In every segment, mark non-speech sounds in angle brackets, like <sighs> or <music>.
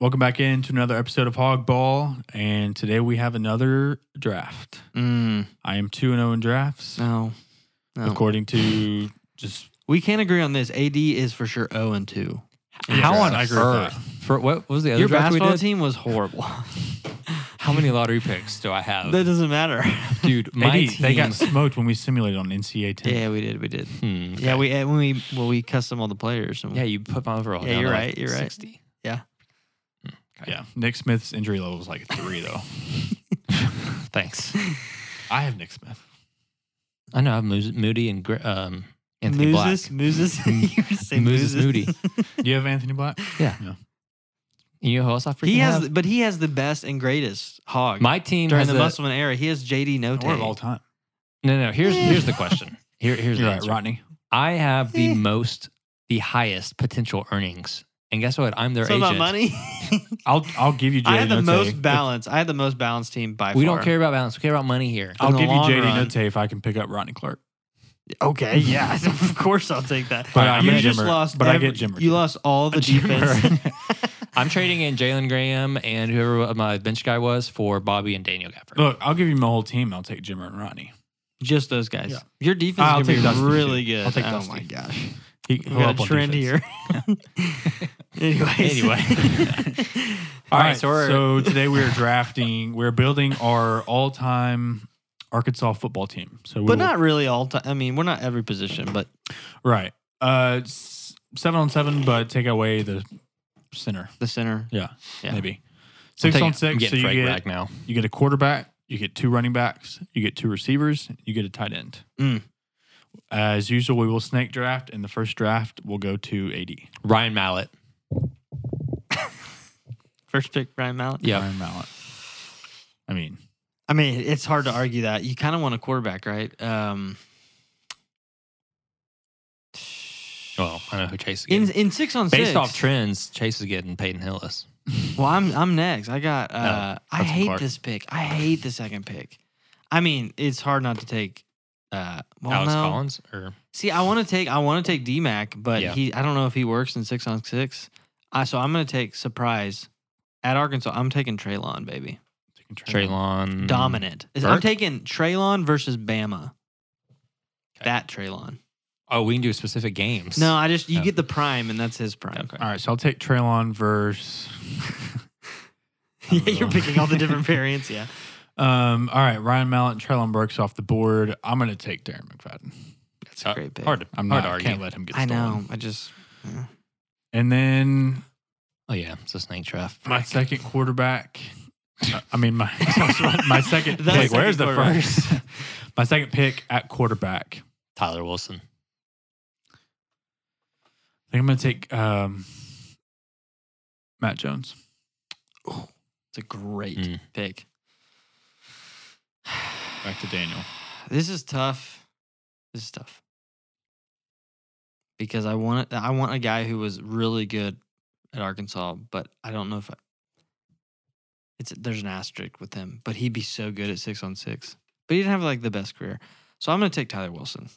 Welcome back into another episode of Hog Ball, and today we have another draft. Mm, I am two and zero in drafts, no, no. according to just We can't agree on this. AD is for sure zero and two. Yeah, How on I agree with that. earth? For what was the other Your draft we basketball did? team was horrible. <laughs> How many lottery picks do I have? that doesn't matter. <laughs> Dude, AD, my team. they got smoked when we simulated on NCAA ten. yeah, we did. We did. Hmm. Yeah, we eh, when we well we custom all the players. And Yeah, you put my overall. Yeah, down you're to, like, right, you're right. 60. Yeah. Hmm, okay. Yeah. Nick Smith's injury level was like a three though. Thanks. I have Nick Smith. I know I have Moos- Moody and Gr- um, Anthony Mooses, Black. Mooses, you were saying <laughs> <laughs> Mooses Moody. Do you have Anthony Black? And you know who else I freaking He has, have? but he has the best and greatest hog My team during has the a- Musselman era. He has JD Note. Or of all time. No, no. Here's here's the question. Here here's You're the right, answer. Rodney. I have Eh. the most, the highest potential earnings, and guess what? I'm their So agent. about money, <laughs> I'll I'll give you. JD I had the Notte. most balance. I had the most balanced team by We far. Oh. don't care about balance. We care about money here. I'll in the give you long JD run. Notte if I can pick up Rodney Clark. Okay, yeah, <laughs> of course I'll take that. But I you get just Jimmer- lost. but I every- get Jimmer You too. lost all <laughs> the Jimmer. defense. I'm trading in Jalen Graham and whoever my bench guy was for Bobby and Daniel Oh, Gafford. Look, I'll give you my whole team. I'll take Jimmer and Rodney. just those guys. Yeah. Your defense I'll is take gonna be Dusty, really too. good. I'll take oh Dusty. my gosh, He, we he'll got help a on trend defense. here. <laughs> Anyways. <laughs> Anyway. All right, so so, we're- <laughs> today we are drafting. We're building our all-time Arkansas football team. So, we but will- not really all time. I mean, we're not every position, but right. Uh, s- seven on seven, but take away the center. the center. Yeah, Yeah. maybe six I'm taking- on I'm six. So getting you Frank get Reich now. you get a quarterback, you get two running backs, you get two receivers, you get a tight end. Mm. As usual, we will snake draft, and the first draft will go to AD. Ryan Mallett. First pick, Ryan Mallett. Yeah. Ryan Mallett. I mean, I mean, it's hard to argue that. You kind of want a quarterback, right? Um, Well, I know who Chase is. in Getting. in six on Based six. off trends, Chase is getting Peyton Hillis. Well, I'm I'm next. I got. Oh, Uh, I Hudson hate Clark. this pick. I hate the second pick. I mean, it's hard not to take. Uh, well, Alex no. Collins or See, I want to take. I want to take DMAC, but Yeah. he. I don't know if he works in six on six. I so I'm gonna take surprise at Arkansas. I'm taking Traylon, baby. taking Trey Lance. Traylon. Dominant. Is- I'm Mm-hmm. Burke? taking Traylon versus Bama. Okay. That Traylon. Oh, we can do specific games. No, I just you Oh. get the prime, and that's his prime. Okay. All right, so I'll take Traylon versus. <laughs> yeah, you're picking all the different variants. <laughs> Yeah. Um, all right, Ryan Mallett and Traylon Burks off the board. I'm going to take Darren McFadden. That's a great pick. Uh, Hard to, I'm hard not. to I argue. can't let him get. I Stolen. know. I just And then oh, yeah. It's a snake draft. my second quarterback. uh, I mean my <laughs> my second That's pick. second Where's the quarterback. first? <laughs> my second pick at quarterback. Tyler Wilson. I think I'm going to take um, Matt Jones. <sighs> it's a great Mm. pick. <sighs> Back to Daniel. This is tough. This is tough. Because I want I want a guy who was really good at Arkansas, but I don't know if I, it's there's an asterisk with him, but he'd be so good at 6 on 6. But he didn't have like the best career. So I'm going to take Tyler Wilson.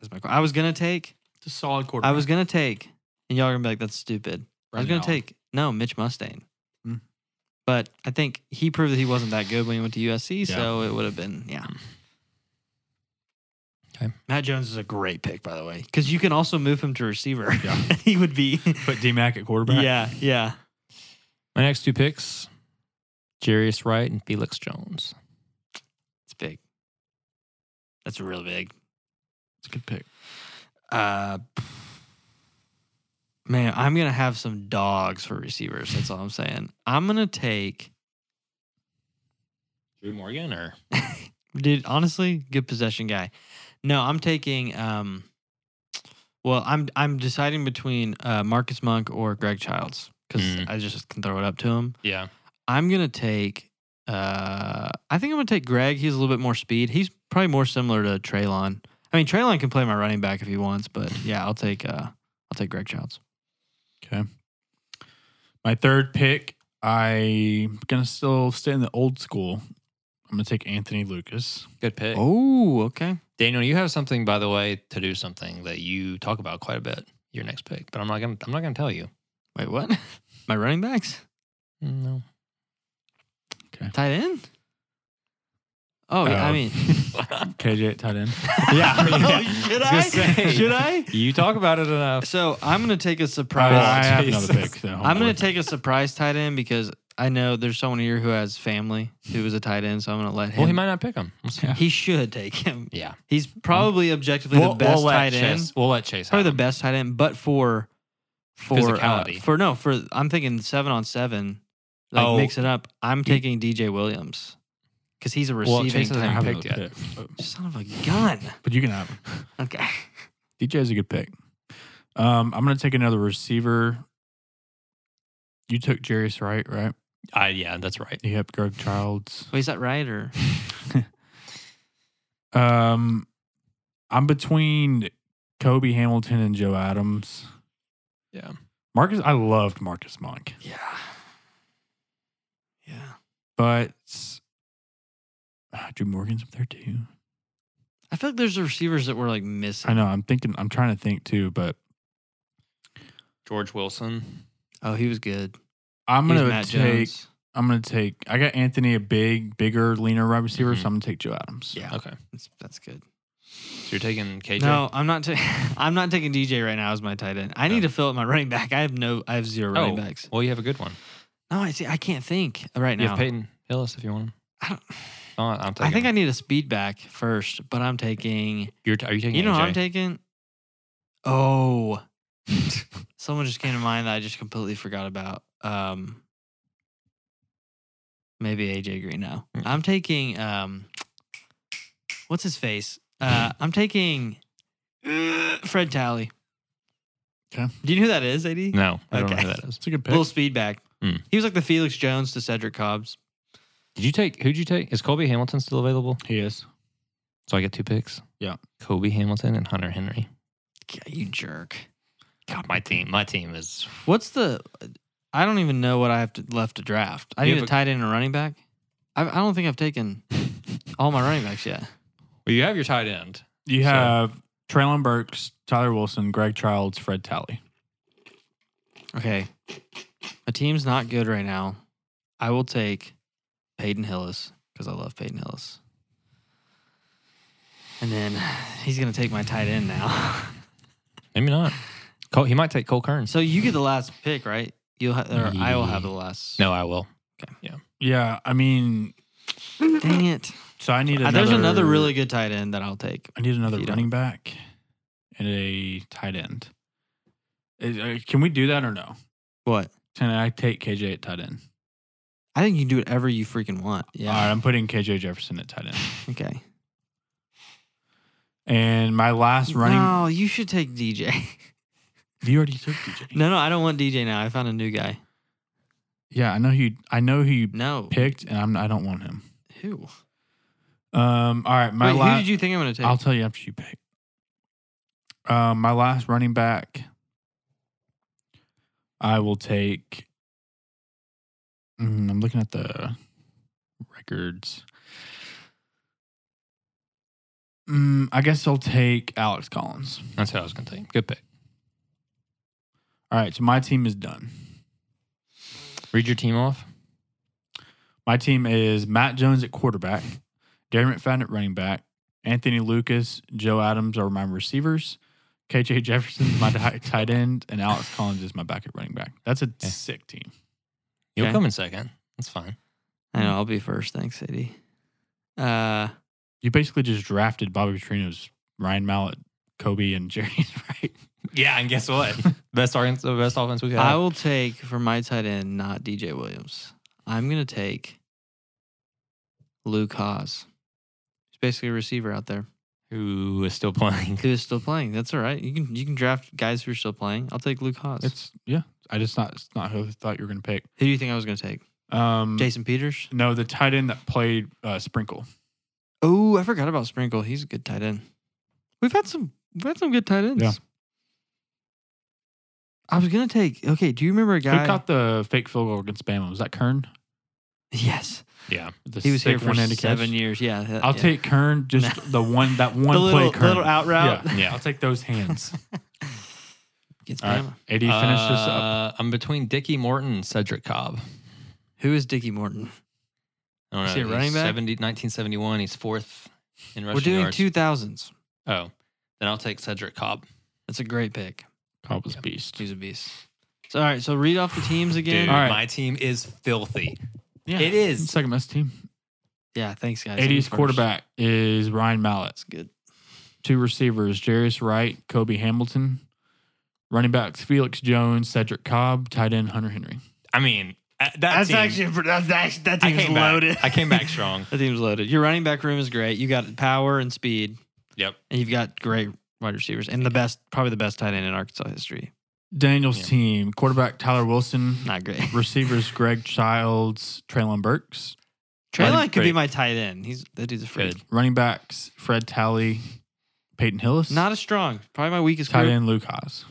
That's my qu- I was going to take It's a solid quarterback. I was going to take and y'all are going to be like that's stupid. I was going to take no Mitch Mustang. Hmm. But I think he proved that he wasn't that good when he went to USC, Yeah. so it would have been yeah. Okay. Hmm. Matt Jones is a great pick, by the way, because you can also move him to receiver. Yeah. <laughs> he would be. put DMAC at quarterback. yeah, yeah. My next two picks Jarius Wright and Felix Jones. It's big. That's real big. it's a good pick. Uh, man, I'm gonna have some dogs for receivers. That's all I'm saying. I'm gonna take, Drew Morgan or? dude. Honestly, good possession guy. No, I'm taking. Um, well, I'm I'm deciding between uh, Marcus Monk or Greg Childs because Mm. I just can throw it up to him. Yeah. I'm gonna take. Uh, I think I'm gonna take Greg. He's a little bit more speed. He's probably more similar to Traylon. I mean, Traylon can play my running back if he wants, but yeah, I'll take. Uh, I'll take Greg Childs. Okay. My third pick, I'm gonna still stay in the old school. I'm gonna take Anthony Lucas. Good pick. Oh, okay. Daniel, you have something, by the way, to do something that you <laughs> talk about quite a bit. Your next pick, but I'm not gonna. I'm not gonna tell you. Wait, what? my running backs? Mm, No. Tight end? Oh, yeah, I Oh. mean, <laughs> KJ at tight <laughs> end. <laughs> Uh, <laughs> Oh, yeah. yeah. should I I? was gonna say. Should I? You talk about it <laughs> enough. So I'm gonna take a surprise. I have another Jesus. pick. So Oh, I'm gonna take a surprise tight end because I know there's someone here who has family who is a tight end, so I'm gonna let him. Well, he might Um, not pick him. We'll see. Yeah. He should take him. Yeah. He's probably objectively the best tight end. Chase. We'll let Chase. Probably have the best tight end, but for for uh, Physicality. for no, for I'm thinking seven on seven. Like Oh. mix it up. I'm taking DJ Williams because he's a Well, receiving Chase doesn't tight have end. another picked yet. pick. But, Son of a <laughs> gun. but you can have him. Okay. DJ is a good pick. Um, I'm gonna take another receiver. You took Jarius Wright, right? I, yeah, that's right. Yep, Greg Childs. Wait, is that right or Um, I'm between Kobe Hamilton and Joe Adams. Yeah. Marcus, I loved Marcus Monk, Yeah. Yeah. but ah, Drew Morgan's up there too. I feel like there's receivers that we're like missing. I know. I'm thinking. I'm trying to think too, but George Wilson. Oh, he was good. I'm He was gonna Matt take. Jones. I'm gonna take. I got Anthony, a big, bigger, leaner wide receiver, Mhm. so I'm gonna take Joe Adams. Mm-hmm. Yeah. Okay. That's, that's good. So you're taking KJ? No, I'm not. Ta- <laughs> I'm not taking DJ right now as my tight end. I need Okay. to fill up my running back. I have no. I have zero running Oh. backs. Well, you have a good one. No, I see. I can't think right You now. have Peyton Hillis if you want him. I, don't, Oh, I'm taking I think I need a speed back first, but I'm taking. You're t- are you taking You know, AJ? what I'm taking. Oh, <laughs> someone just came to mind that I just completely forgot about. Um, maybe AJ Green. No, Mm. I'm taking. Um, what's his face? Uh, I'm taking uh, Fred Talley. 'Kay. Do you know who that is, AD? No, I don't Okay. know who that is. It's a good pick. Little speed back. Mm. He was like the Felix Jones to Cedric Cobbs. Did you take, who'd you take? Is Colby Hamilton still available? He is. So I get two picks? Yeah. Kobe Hamilton and Hunter Henry. God, you jerk. God, my team, my team is. What's the? I don't even know what I have to, left to draft. I You need have a a- tight end and a running back. I, I don't think I've taken all my running backs yet. Well, you have your tight end. You So- have Traylon Burks, Tyler Wilson, Greg Childs, Fred Talley. Okay, my team's not good right now. I will take Peyton Hillis because I love Peyton Hillis. And then he's gonna take my tight end now. <laughs> Maybe not. Cole, he might take Cole Kearns. so you get the last pick, right? You'll ha- or I will have the last. No, I will. Yeah, I mean, dang it. so I need Uh, another. There's another really good tight end that I'll take. I need another you don't- running back and a tight end. Is- uh, Can we do that or no? What? Can I take KJ at tight end? I think you can do whatever you freaking want. Yeah. All right, I'm putting KJ Jefferson at tight end. Okay. And my last running. No, you should take DJ. You already took DJ. <laughs> no, no, I don't want DJ now. I found a new guy. Yeah, I know who. You, I know who you No. picked, and I'm. I don't want him. Who? Um. All right, my Wait, who last. did you think I'm gonna take? I'll tell you after you pick. Um, my last running back, I will take. Mm, I'm looking at the records. Mm, I guess I'll take Alex Collins. That's what I was going to take. Good pick. All right, so my team is done. Read your team off. My team is Matt Jones at quarterback, Gary McFadden at running back, Anthony Lucas, Joe Adams are my receivers, KJ Jefferson is <laughs> my di- tight end, and Alex Collins is my back at running back. That's a Yeah. sick team. You'll Okay. come in second. That's fine. I know I'll be first. Thanks, Sadie. Uh, You basically just drafted Bobby Petrino's Ryan Mallett, Kobe, and <laughs> Jerry, right? Yeah, and guess what? <laughs> best offense, the best offense we've I had. will take for my tight end, not DJ Williams. I'm gonna take Luke Haas. He's basically a receiver out there Who is still <laughs> playing? who is still playing. That's all right. You can you can draft guys who are still playing. I'll take Luke Haas. It's yeah. I just not it's not who I thought you were gonna pick. who do you think I was gonna take? Um, Jason Peters. No, the tight end that played uh, Sprinkle. Oh, I forgot about Sprinkle. He's a good tight end. We've had some we've had some good tight ends. Yeah. I was gonna take okay, do you remember a guy? Who caught the fake field goal against Bama? Was that Kern? yes. Yeah. The He was here sick for one-handed seven catch? years. Yeah. that- I'll yeah. take <laughs> Kern, just the one that one the play little, Kern. little out route. Yeah, Yeah. I'll take those <laughs> hands. Gets All right, Bama. AD, finish this up. Uh, Uh, I'm between Dickie Morton and Cedric Cobb. Who is Dickie Morton? I don't know. Is he a he's running back? 70 1971. He's fourth in rushing We're doing yards. two thousands. Oh, then I'll take Cedric Cobb. That's a great pick. Cobb was Yeah. beast. He's a beast. So all right, so read off the teams again. Dude, All right. my team is filthy. Yeah, It is. second best team. Yeah, thanks guys. I'm 80s first. quarterback is Ryan Mallett. That's good. Two receivers, Jarius Wright, Kobe Hamilton. Running backs, Felix Jones, Cedric Cobb. Tight end, Hunter Henry. I mean, uh, that That's team- actually that's, that's, that I team's came back- loaded. I <laughs> came back strong. That team's loaded. Your running back room is great. You got power and speed, Yep. and you've got great wide receivers and the best, probably the best tight end in Arkansas history. Daniel's Yeah. team, quarterback Tyler Wilson. Not great. <laughs> Receivers, Greg Childs, Traylon Burks. Traylon could be Freak. my tight end. He's that dude's a freak. Good. Running backs, Fred Talley, Peyton Hillis. Not as strong. Probably my weakest tight group. end, Luke Haas.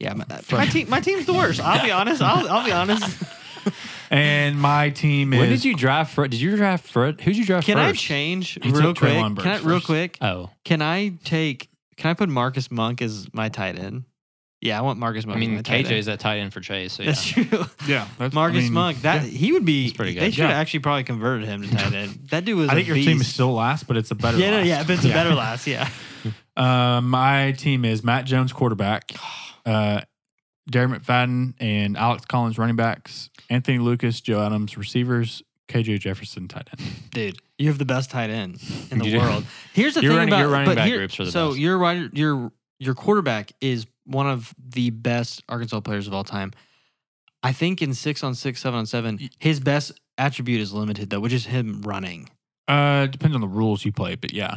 Yeah, my, that- Fuck. my team. My team's the worst. I'll be honest. I'll, I'll <laughs> be honest. And my team is. When did you drive? For, did you drive for? Who'd you drive Can I first? change He real took quick? Traylon Can I Burks real first. Uh, quick? Oh, Can I take? Can I put Marcus Monk as my tight end? Yeah, I want Marcus Monk. I as mean, my tight KJ's end. that tight end for Chase. So yeah. That's true. Yeah, that's, <laughs> Marcus I mean, Monk. That yeah. he would be. He's pretty good. They should have Yeah. actually probably converted him to tight end. That dude was. <laughs> I think a your beast. team is still last, but it's a better. Yeah, no, last. yeah, but it's a better last. Yeah. <laughs> Uh, my team is Matt Jones <sighs> quarterback, uh, Darren McFadden and Alex Collins running backs, Anthony Lucas, Joe Adams receivers, KJ Jefferson tight end. dude, you have the best tight end in the <laughs> You do. world. Here's the Your thing running- about your running but back here- groups are the so best. your wide- your your quarterback is one of the best Arkansas players of all time. I think in six on six, seven on seven, his best attribute is limited though, which is him running. Uh, depends on the rules you play, but yeah,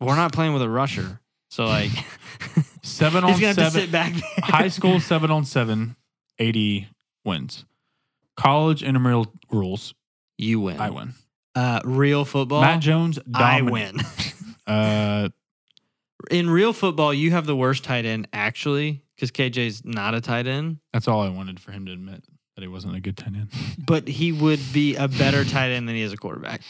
We're not playing with a rusher, <laughs> so like <laughs> he's seven on gonna have to seven. sit back. There. <laughs> high school seven on seven, 80 wins. College intramural rules, <laughs> you win. I win. Uh, real football, Matt Jones, I dominant. win. <laughs> Uh, in real football, you have the worst tight end actually, because KJ's not a tight end. that's all I wanted for him to admit that he wasn't a good tight end. <laughs> but he would be a better tight end than he is a quarterback.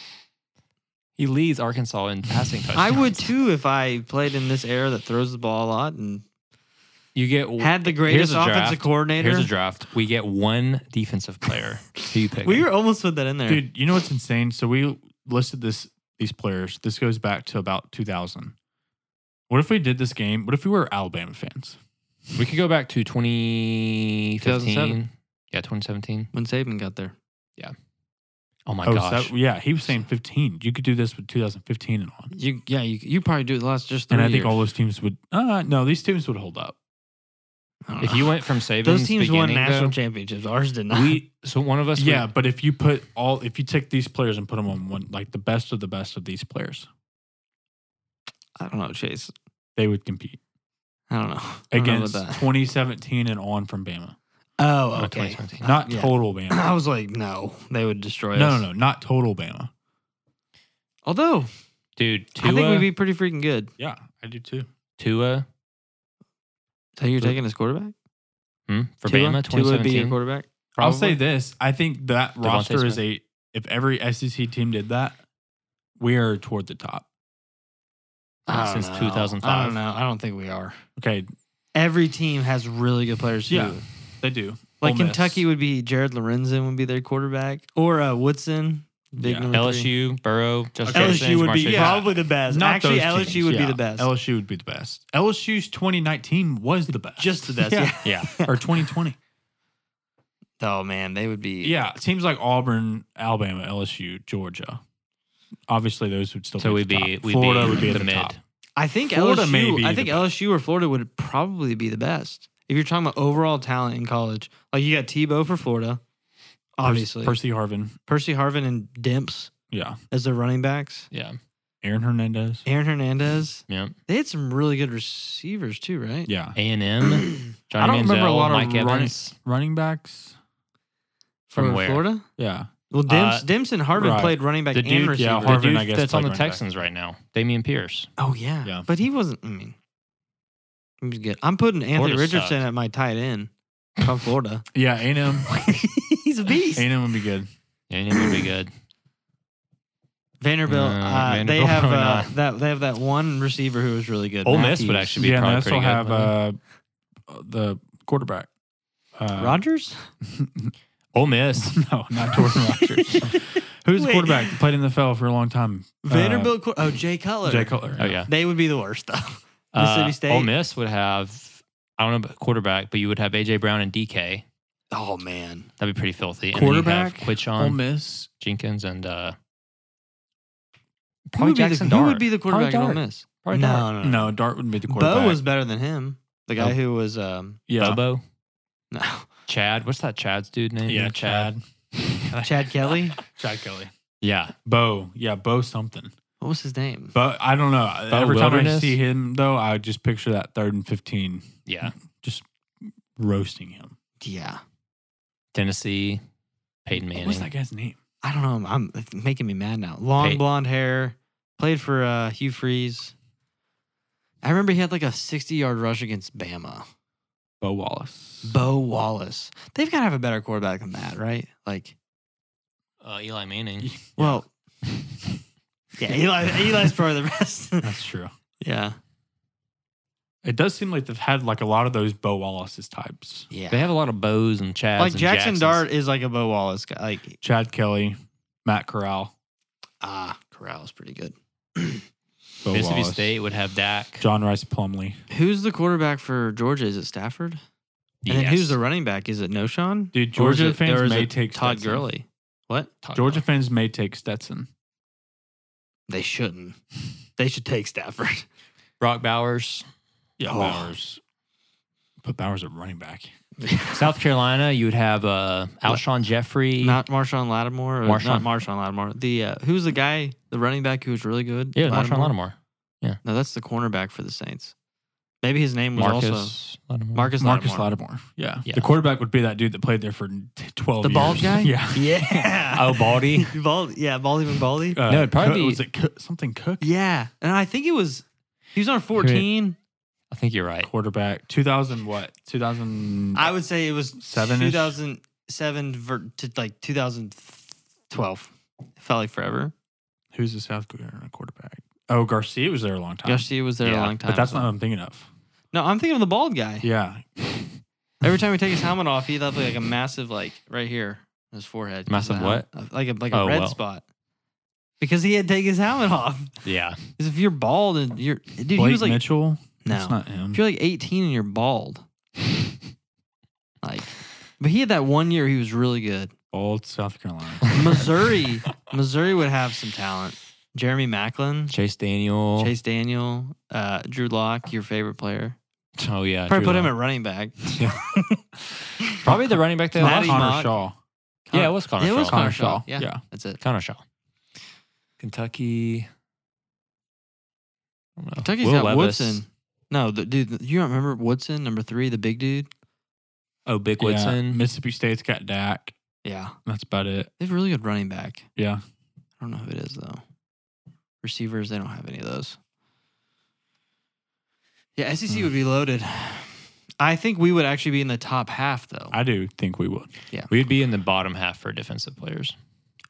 he leads Arkansas in passing touchdowns. I would too if I played in this era that throws the ball a lot and You get had the greatest a offensive draft. coordinator. here's a draft. We get one defensive player. <laughs> Who you pick? We were almost put that in there. Dude, you know what's insane? So we listed this these players. This goes back to about 2000. What if we did this game? What if we were Alabama fans? we could go back to 2015. 2007. Yeah, 2017. When Saban got there, Oh my Oh, gosh. so- yeah, he was saying 15. You could do this with 2015 and on. you yeah you, you probably do the last just three And I think years. all those teams would. Uh, no, these teams would hold <laughs> up. I don't if know. you went from Saban's those teams won beginning, national though, championships, ours did not. we so one of us would- Yeah, but if you put all, if you take these players and put them on one, like the best of the best of these players, <laughs> I don't know Chase. they would compete I don't know I don't know about against that. 2017 and on from Bama. Oh, Not okay. 2017. Not Yeah. total Bama. <clears throat> I was like, no, they would destroy No, us. no, no, not total Bama. Although dude. Tua, I think we'd be pretty freaking good. Yeah, I do too. Tua So you're Tua- taking his quarterback hmm, for Tua? Bama Tua would be your 2017. quarterback. I'll say this: I think that Devontae roster is a. Smith. If every SEC team did that, we are toward the top. I don't since know. 2005. I don't know. I don't think we are. Okay, Every team has really good players too. Yeah. they do. Like Ole Miss. Kentucky would be Jared Lorenzen would be their quarterback or uh, Woodson. Big Yeah. number three. LSU, Burrow, Justin Okay. LSU Jefferson, would be Marshawn- yeah. probably the best. Not Actually, those LSU teams, would yeah. be the best. LSU would be the best. LSU's 2019 was the best. Just the <laughs> best. Yeah. Yeah. or 2020. Oh man, they would be. Yeah, teams like Auburn, Alabama, LSU, Georgia. Obviously, those would still. So be we'd at the be- top. we'd be Florida would be in at the the mid. top. I think Florida LSU. may be I the think best. LSU or Florida would probably be the best if you're talking about overall talent in college. Like you got Tebow for Florida, obviously. Percy Harvin. Percy Harvin and Dimps Yeah, as their running backs. Yeah. Aaron Hernandez. Aaron Hernandez. Yeah. They had some really good receivers too, right? Yeah, A and M. <clears throat> Johnny I don't Manziel, remember a lot of Mike running- Evans. running backs. From, where? Florida? Yeah, Well, Demps, Uh, Demps and Harvin right. played running back The and dude- yeah, receiver. Harvin, the dude I guess, that's on played the running back. Texans right now, Damian Pierce. oh yeah. Yeah. but he wasn't. I mean, he was good. I'm putting Anthony Florida Richardson sucked. at my tight end from <laughs> Florida. yeah, A and M. He's a A beast. and M would be good. Yeah, he would be good. Vanderbilt. Uh, uh, they Vanderbilt, have probably uh, not. that. They have that one receiver who was really good. Ole Miss Matthews. would actually be Yeah, probably and they pretty also good. have wouldn't uh, the quarterback. Uh, Rodgers. Rod- Ole Miss. <laughs> No, not Jordan Rogers. Who's the Wait. quarterback? that Played in the NFL for a long time. Uh, Vanderbilt. qu- oh, Jay Cutler. Jay Cutler. <laughs> Oh yeah. They would be the worst though. <laughs> Uh, Mississippi Ole State. Miss would have I don't know about quarterback, but you would have AJ Brown and DK. Oh man. That'd be pretty filthy. Quarterback, and then you'd have Ole Quichon Miss. Jenkins and uh, Who probably would, be the, Jackson who Dart. would be the quarterback at Ole Dart. Miss? Probably no, Dart. no, no, No, Dart would be the quarterback. Bo was better than him. The guy who was um yeah, Bobo, no <laughs> Chad. What's that Chad's dude name? yeah, Chad, <laughs> Chad <laughs> Kelly. Chad Kelly, Yeah. Bo, yeah, Bo something. What was his name? But I don't know. Bo Every time I Wilderness? see him, though, I just picture that third and fifteen Yeah. roasting him. Yeah, Tennessee, Peyton What's Manning. What was that guy's name? I don't know. I'm it's making me mad now. Long Hey. blonde hair. Played for uh, Hugh Freeze. I remember he had like a 60 yard rush against Bama. Bo Wallace. Bo Wallace. They've got to have a better quarterback than that, right? Like, Uh, Eli Manning. well, yeah, Eli, Eli's probably the <laughs> best. That's true. yeah. It does seem like they've had like a lot of those Bo Wallace's types. Yeah. They have a lot of bows and Chads. like and Jackson Jacksons. Dart is like a Bo Wallace guy. Like, Chad Kelly, Matt Corral, ah, Corral is pretty good. Bo Mississippi Wallace, State would have Dak. John Rice Plumley. <clears throat> Who's the quarterback for Georgia? Is it Stafford? And then who's the running back? Is it Noshawn? Dude, Or is Georgia it- fans or is may it take Todd Stetson. Gurley. What? Georgia uh. fans may take Stetson. They shouldn't. They should take Stafford. Brock Bowers. Yeah, Oh. Bowers. Put Bowers at running back. South Carolina, you would have uh, Alshon <laughs> Jeffrey. not Marshawn Lattimore. Or Not Marshawn. Marshawn Lattimore. The uh, who's the guy, the running back who was really good? yeah, Marshawn Lattimore. No, that's the cornerback for the Saints. Maybe his name was also Marcus. Lattimore. Marcus. Marcus Lattimore. Lattimore. Yeah. Yeah. The quarterback would be that dude that played there for t- 12 The years. bald guy? <laughs> Yeah. Yeah. Oh, <laughs> Baldy. Bald, yeah, Baldy McBaldy. Uh, No, it'd probably Cook- be- Was it Cook- something Cook? yeah, and I think it was he was on fourteen. I think you're right. Quarterback. 2000 what? 2000. I would say it was Seven-ish? two thousand seven ver- to like two thousand twelve. It felt like forever. Who's the South Carolina quarterback? Oh, Garcia was there a long time. Garcia was there Yeah, a long time. But that's so- not what I'm thinking of. No, I'm thinking of the bald guy. Yeah. Every time he take his helmet off, he'd have like a massive like right here on his forehead. Massive what? Like a like a Oh, red well. spot. Because he had to take his helmet off. <laughs> Yeah. 'Cause if you're bald and you're dude, Blake he was like Mitchell. no. That's not him. if you're like 18 and <laughs> you're bald, like, but he had that one year he was really good. Old South Carolina. Missouri, Missouri would have some talent. Jeremy Macklin, Chase Daniel. Chase Daniel, uh, Drew Lock, your favorite player. Oh, yeah. Probably Drew put him at Lock. running <laughs> back. Probably the running back they Matty lost. Connor Mock. Shaw. Yeah, it was Connor Yeah, it was Shaw. Connor Shaw. Yeah. Yeah. yeah. That's it. Connor Shaw. Kentucky. I don't know. Kentucky's Will got Levis. Woodson. No, the, dude, you don't remember Woodson, number three, the big dude? Oh, Big Yeah. Woodson. Mississippi State's got Dak. Yeah. That's about it. They have a really good running back. Yeah. I don't know who it is, though. Receivers, they don't have any of those. Yeah, SEC Hmm. would be loaded. I think we would actually be in the top half, though. I do think we would. We'd be in the bottom half for defensive players.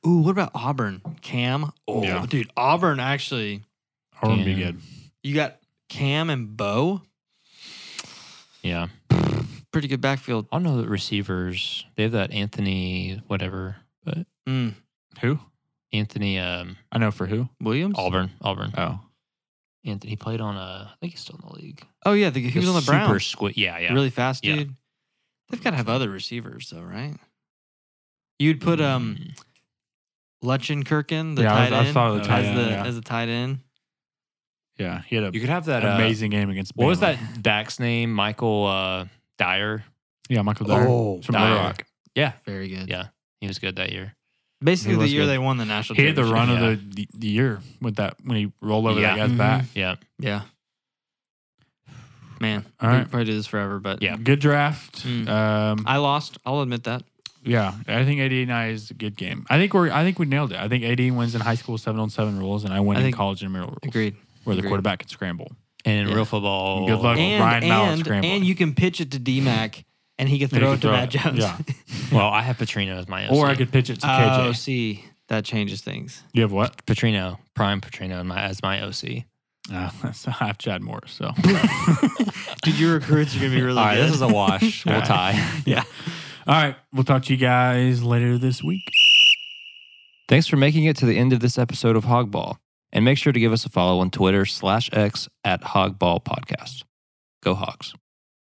Ooh, what about Auburn? Cam? Oh, Yeah. dude, Auburn actually. Or would be Yeah. good. You got Cam and Bo. Yeah. Pretty good backfield. I don't know that receivers. They have that Anthony whatever, but Mm, Who? Anthony um, I know for who. Williams? Auburn, Auburn. Oh. Anthony he played on uh, I think he's still in the league. Oh, yeah. The, he was on the super Browns. squi- yeah, yeah. Really fast, Yeah. dude. They've got to have other receivers, though, right? You'd put um Mm. Lutchenkirkin, the Yeah, I was- tight I end, saw the as, tight end, the, yeah. as a tight end. Yeah. He had a you could have that uh, amazing game against What was Bama. that back's name? Michael uh, Dyer. Yeah, Michael Dyer. Oh, from Dyer. Little Rock. Yeah, Very good. Yeah. he was good that year. Basically, He the was year good. they won the national He had the run championship. Yeah. of the, the the year with that when he rolled over that Yeah. guy's back. Yeah, Yeah. Man, All we right. could probably do this forever, but Yeah. Good draft. Mm. Um, I lost. I'll admit that. yeah, I think eighty nine is a good game. I think we're I think we nailed it. I think eighty wins in high school seven on seven rules, and I win I in think- college intramural rules. Agreed. Where the agreed. quarterback can scramble. and in Yeah. real football, Good luck. And Ryan Mallett and, scrambling. and you can pitch it to DMAC, and he can he throw can it to throw Matt it. Jones. Yeah. <laughs> Well, I have Petrino as my OC. Or I could pitch it to oh, KJ. see, that changes things. You have what? <laughs> <laughs> Petrino, prime Petrino, in my, as my OC. Uh, so I have Chad Morris. <laughs> So Dude, your recruits are gonna be really All right, good. <laughs> this is a wash. All we'll right. tie. yeah. All right. We'll talk to you guys later this week. Thanks for making it to the end of this episode of Hogball. And make sure to give us a follow on Twitter slash X at Hogball Podcast. Go Hogs.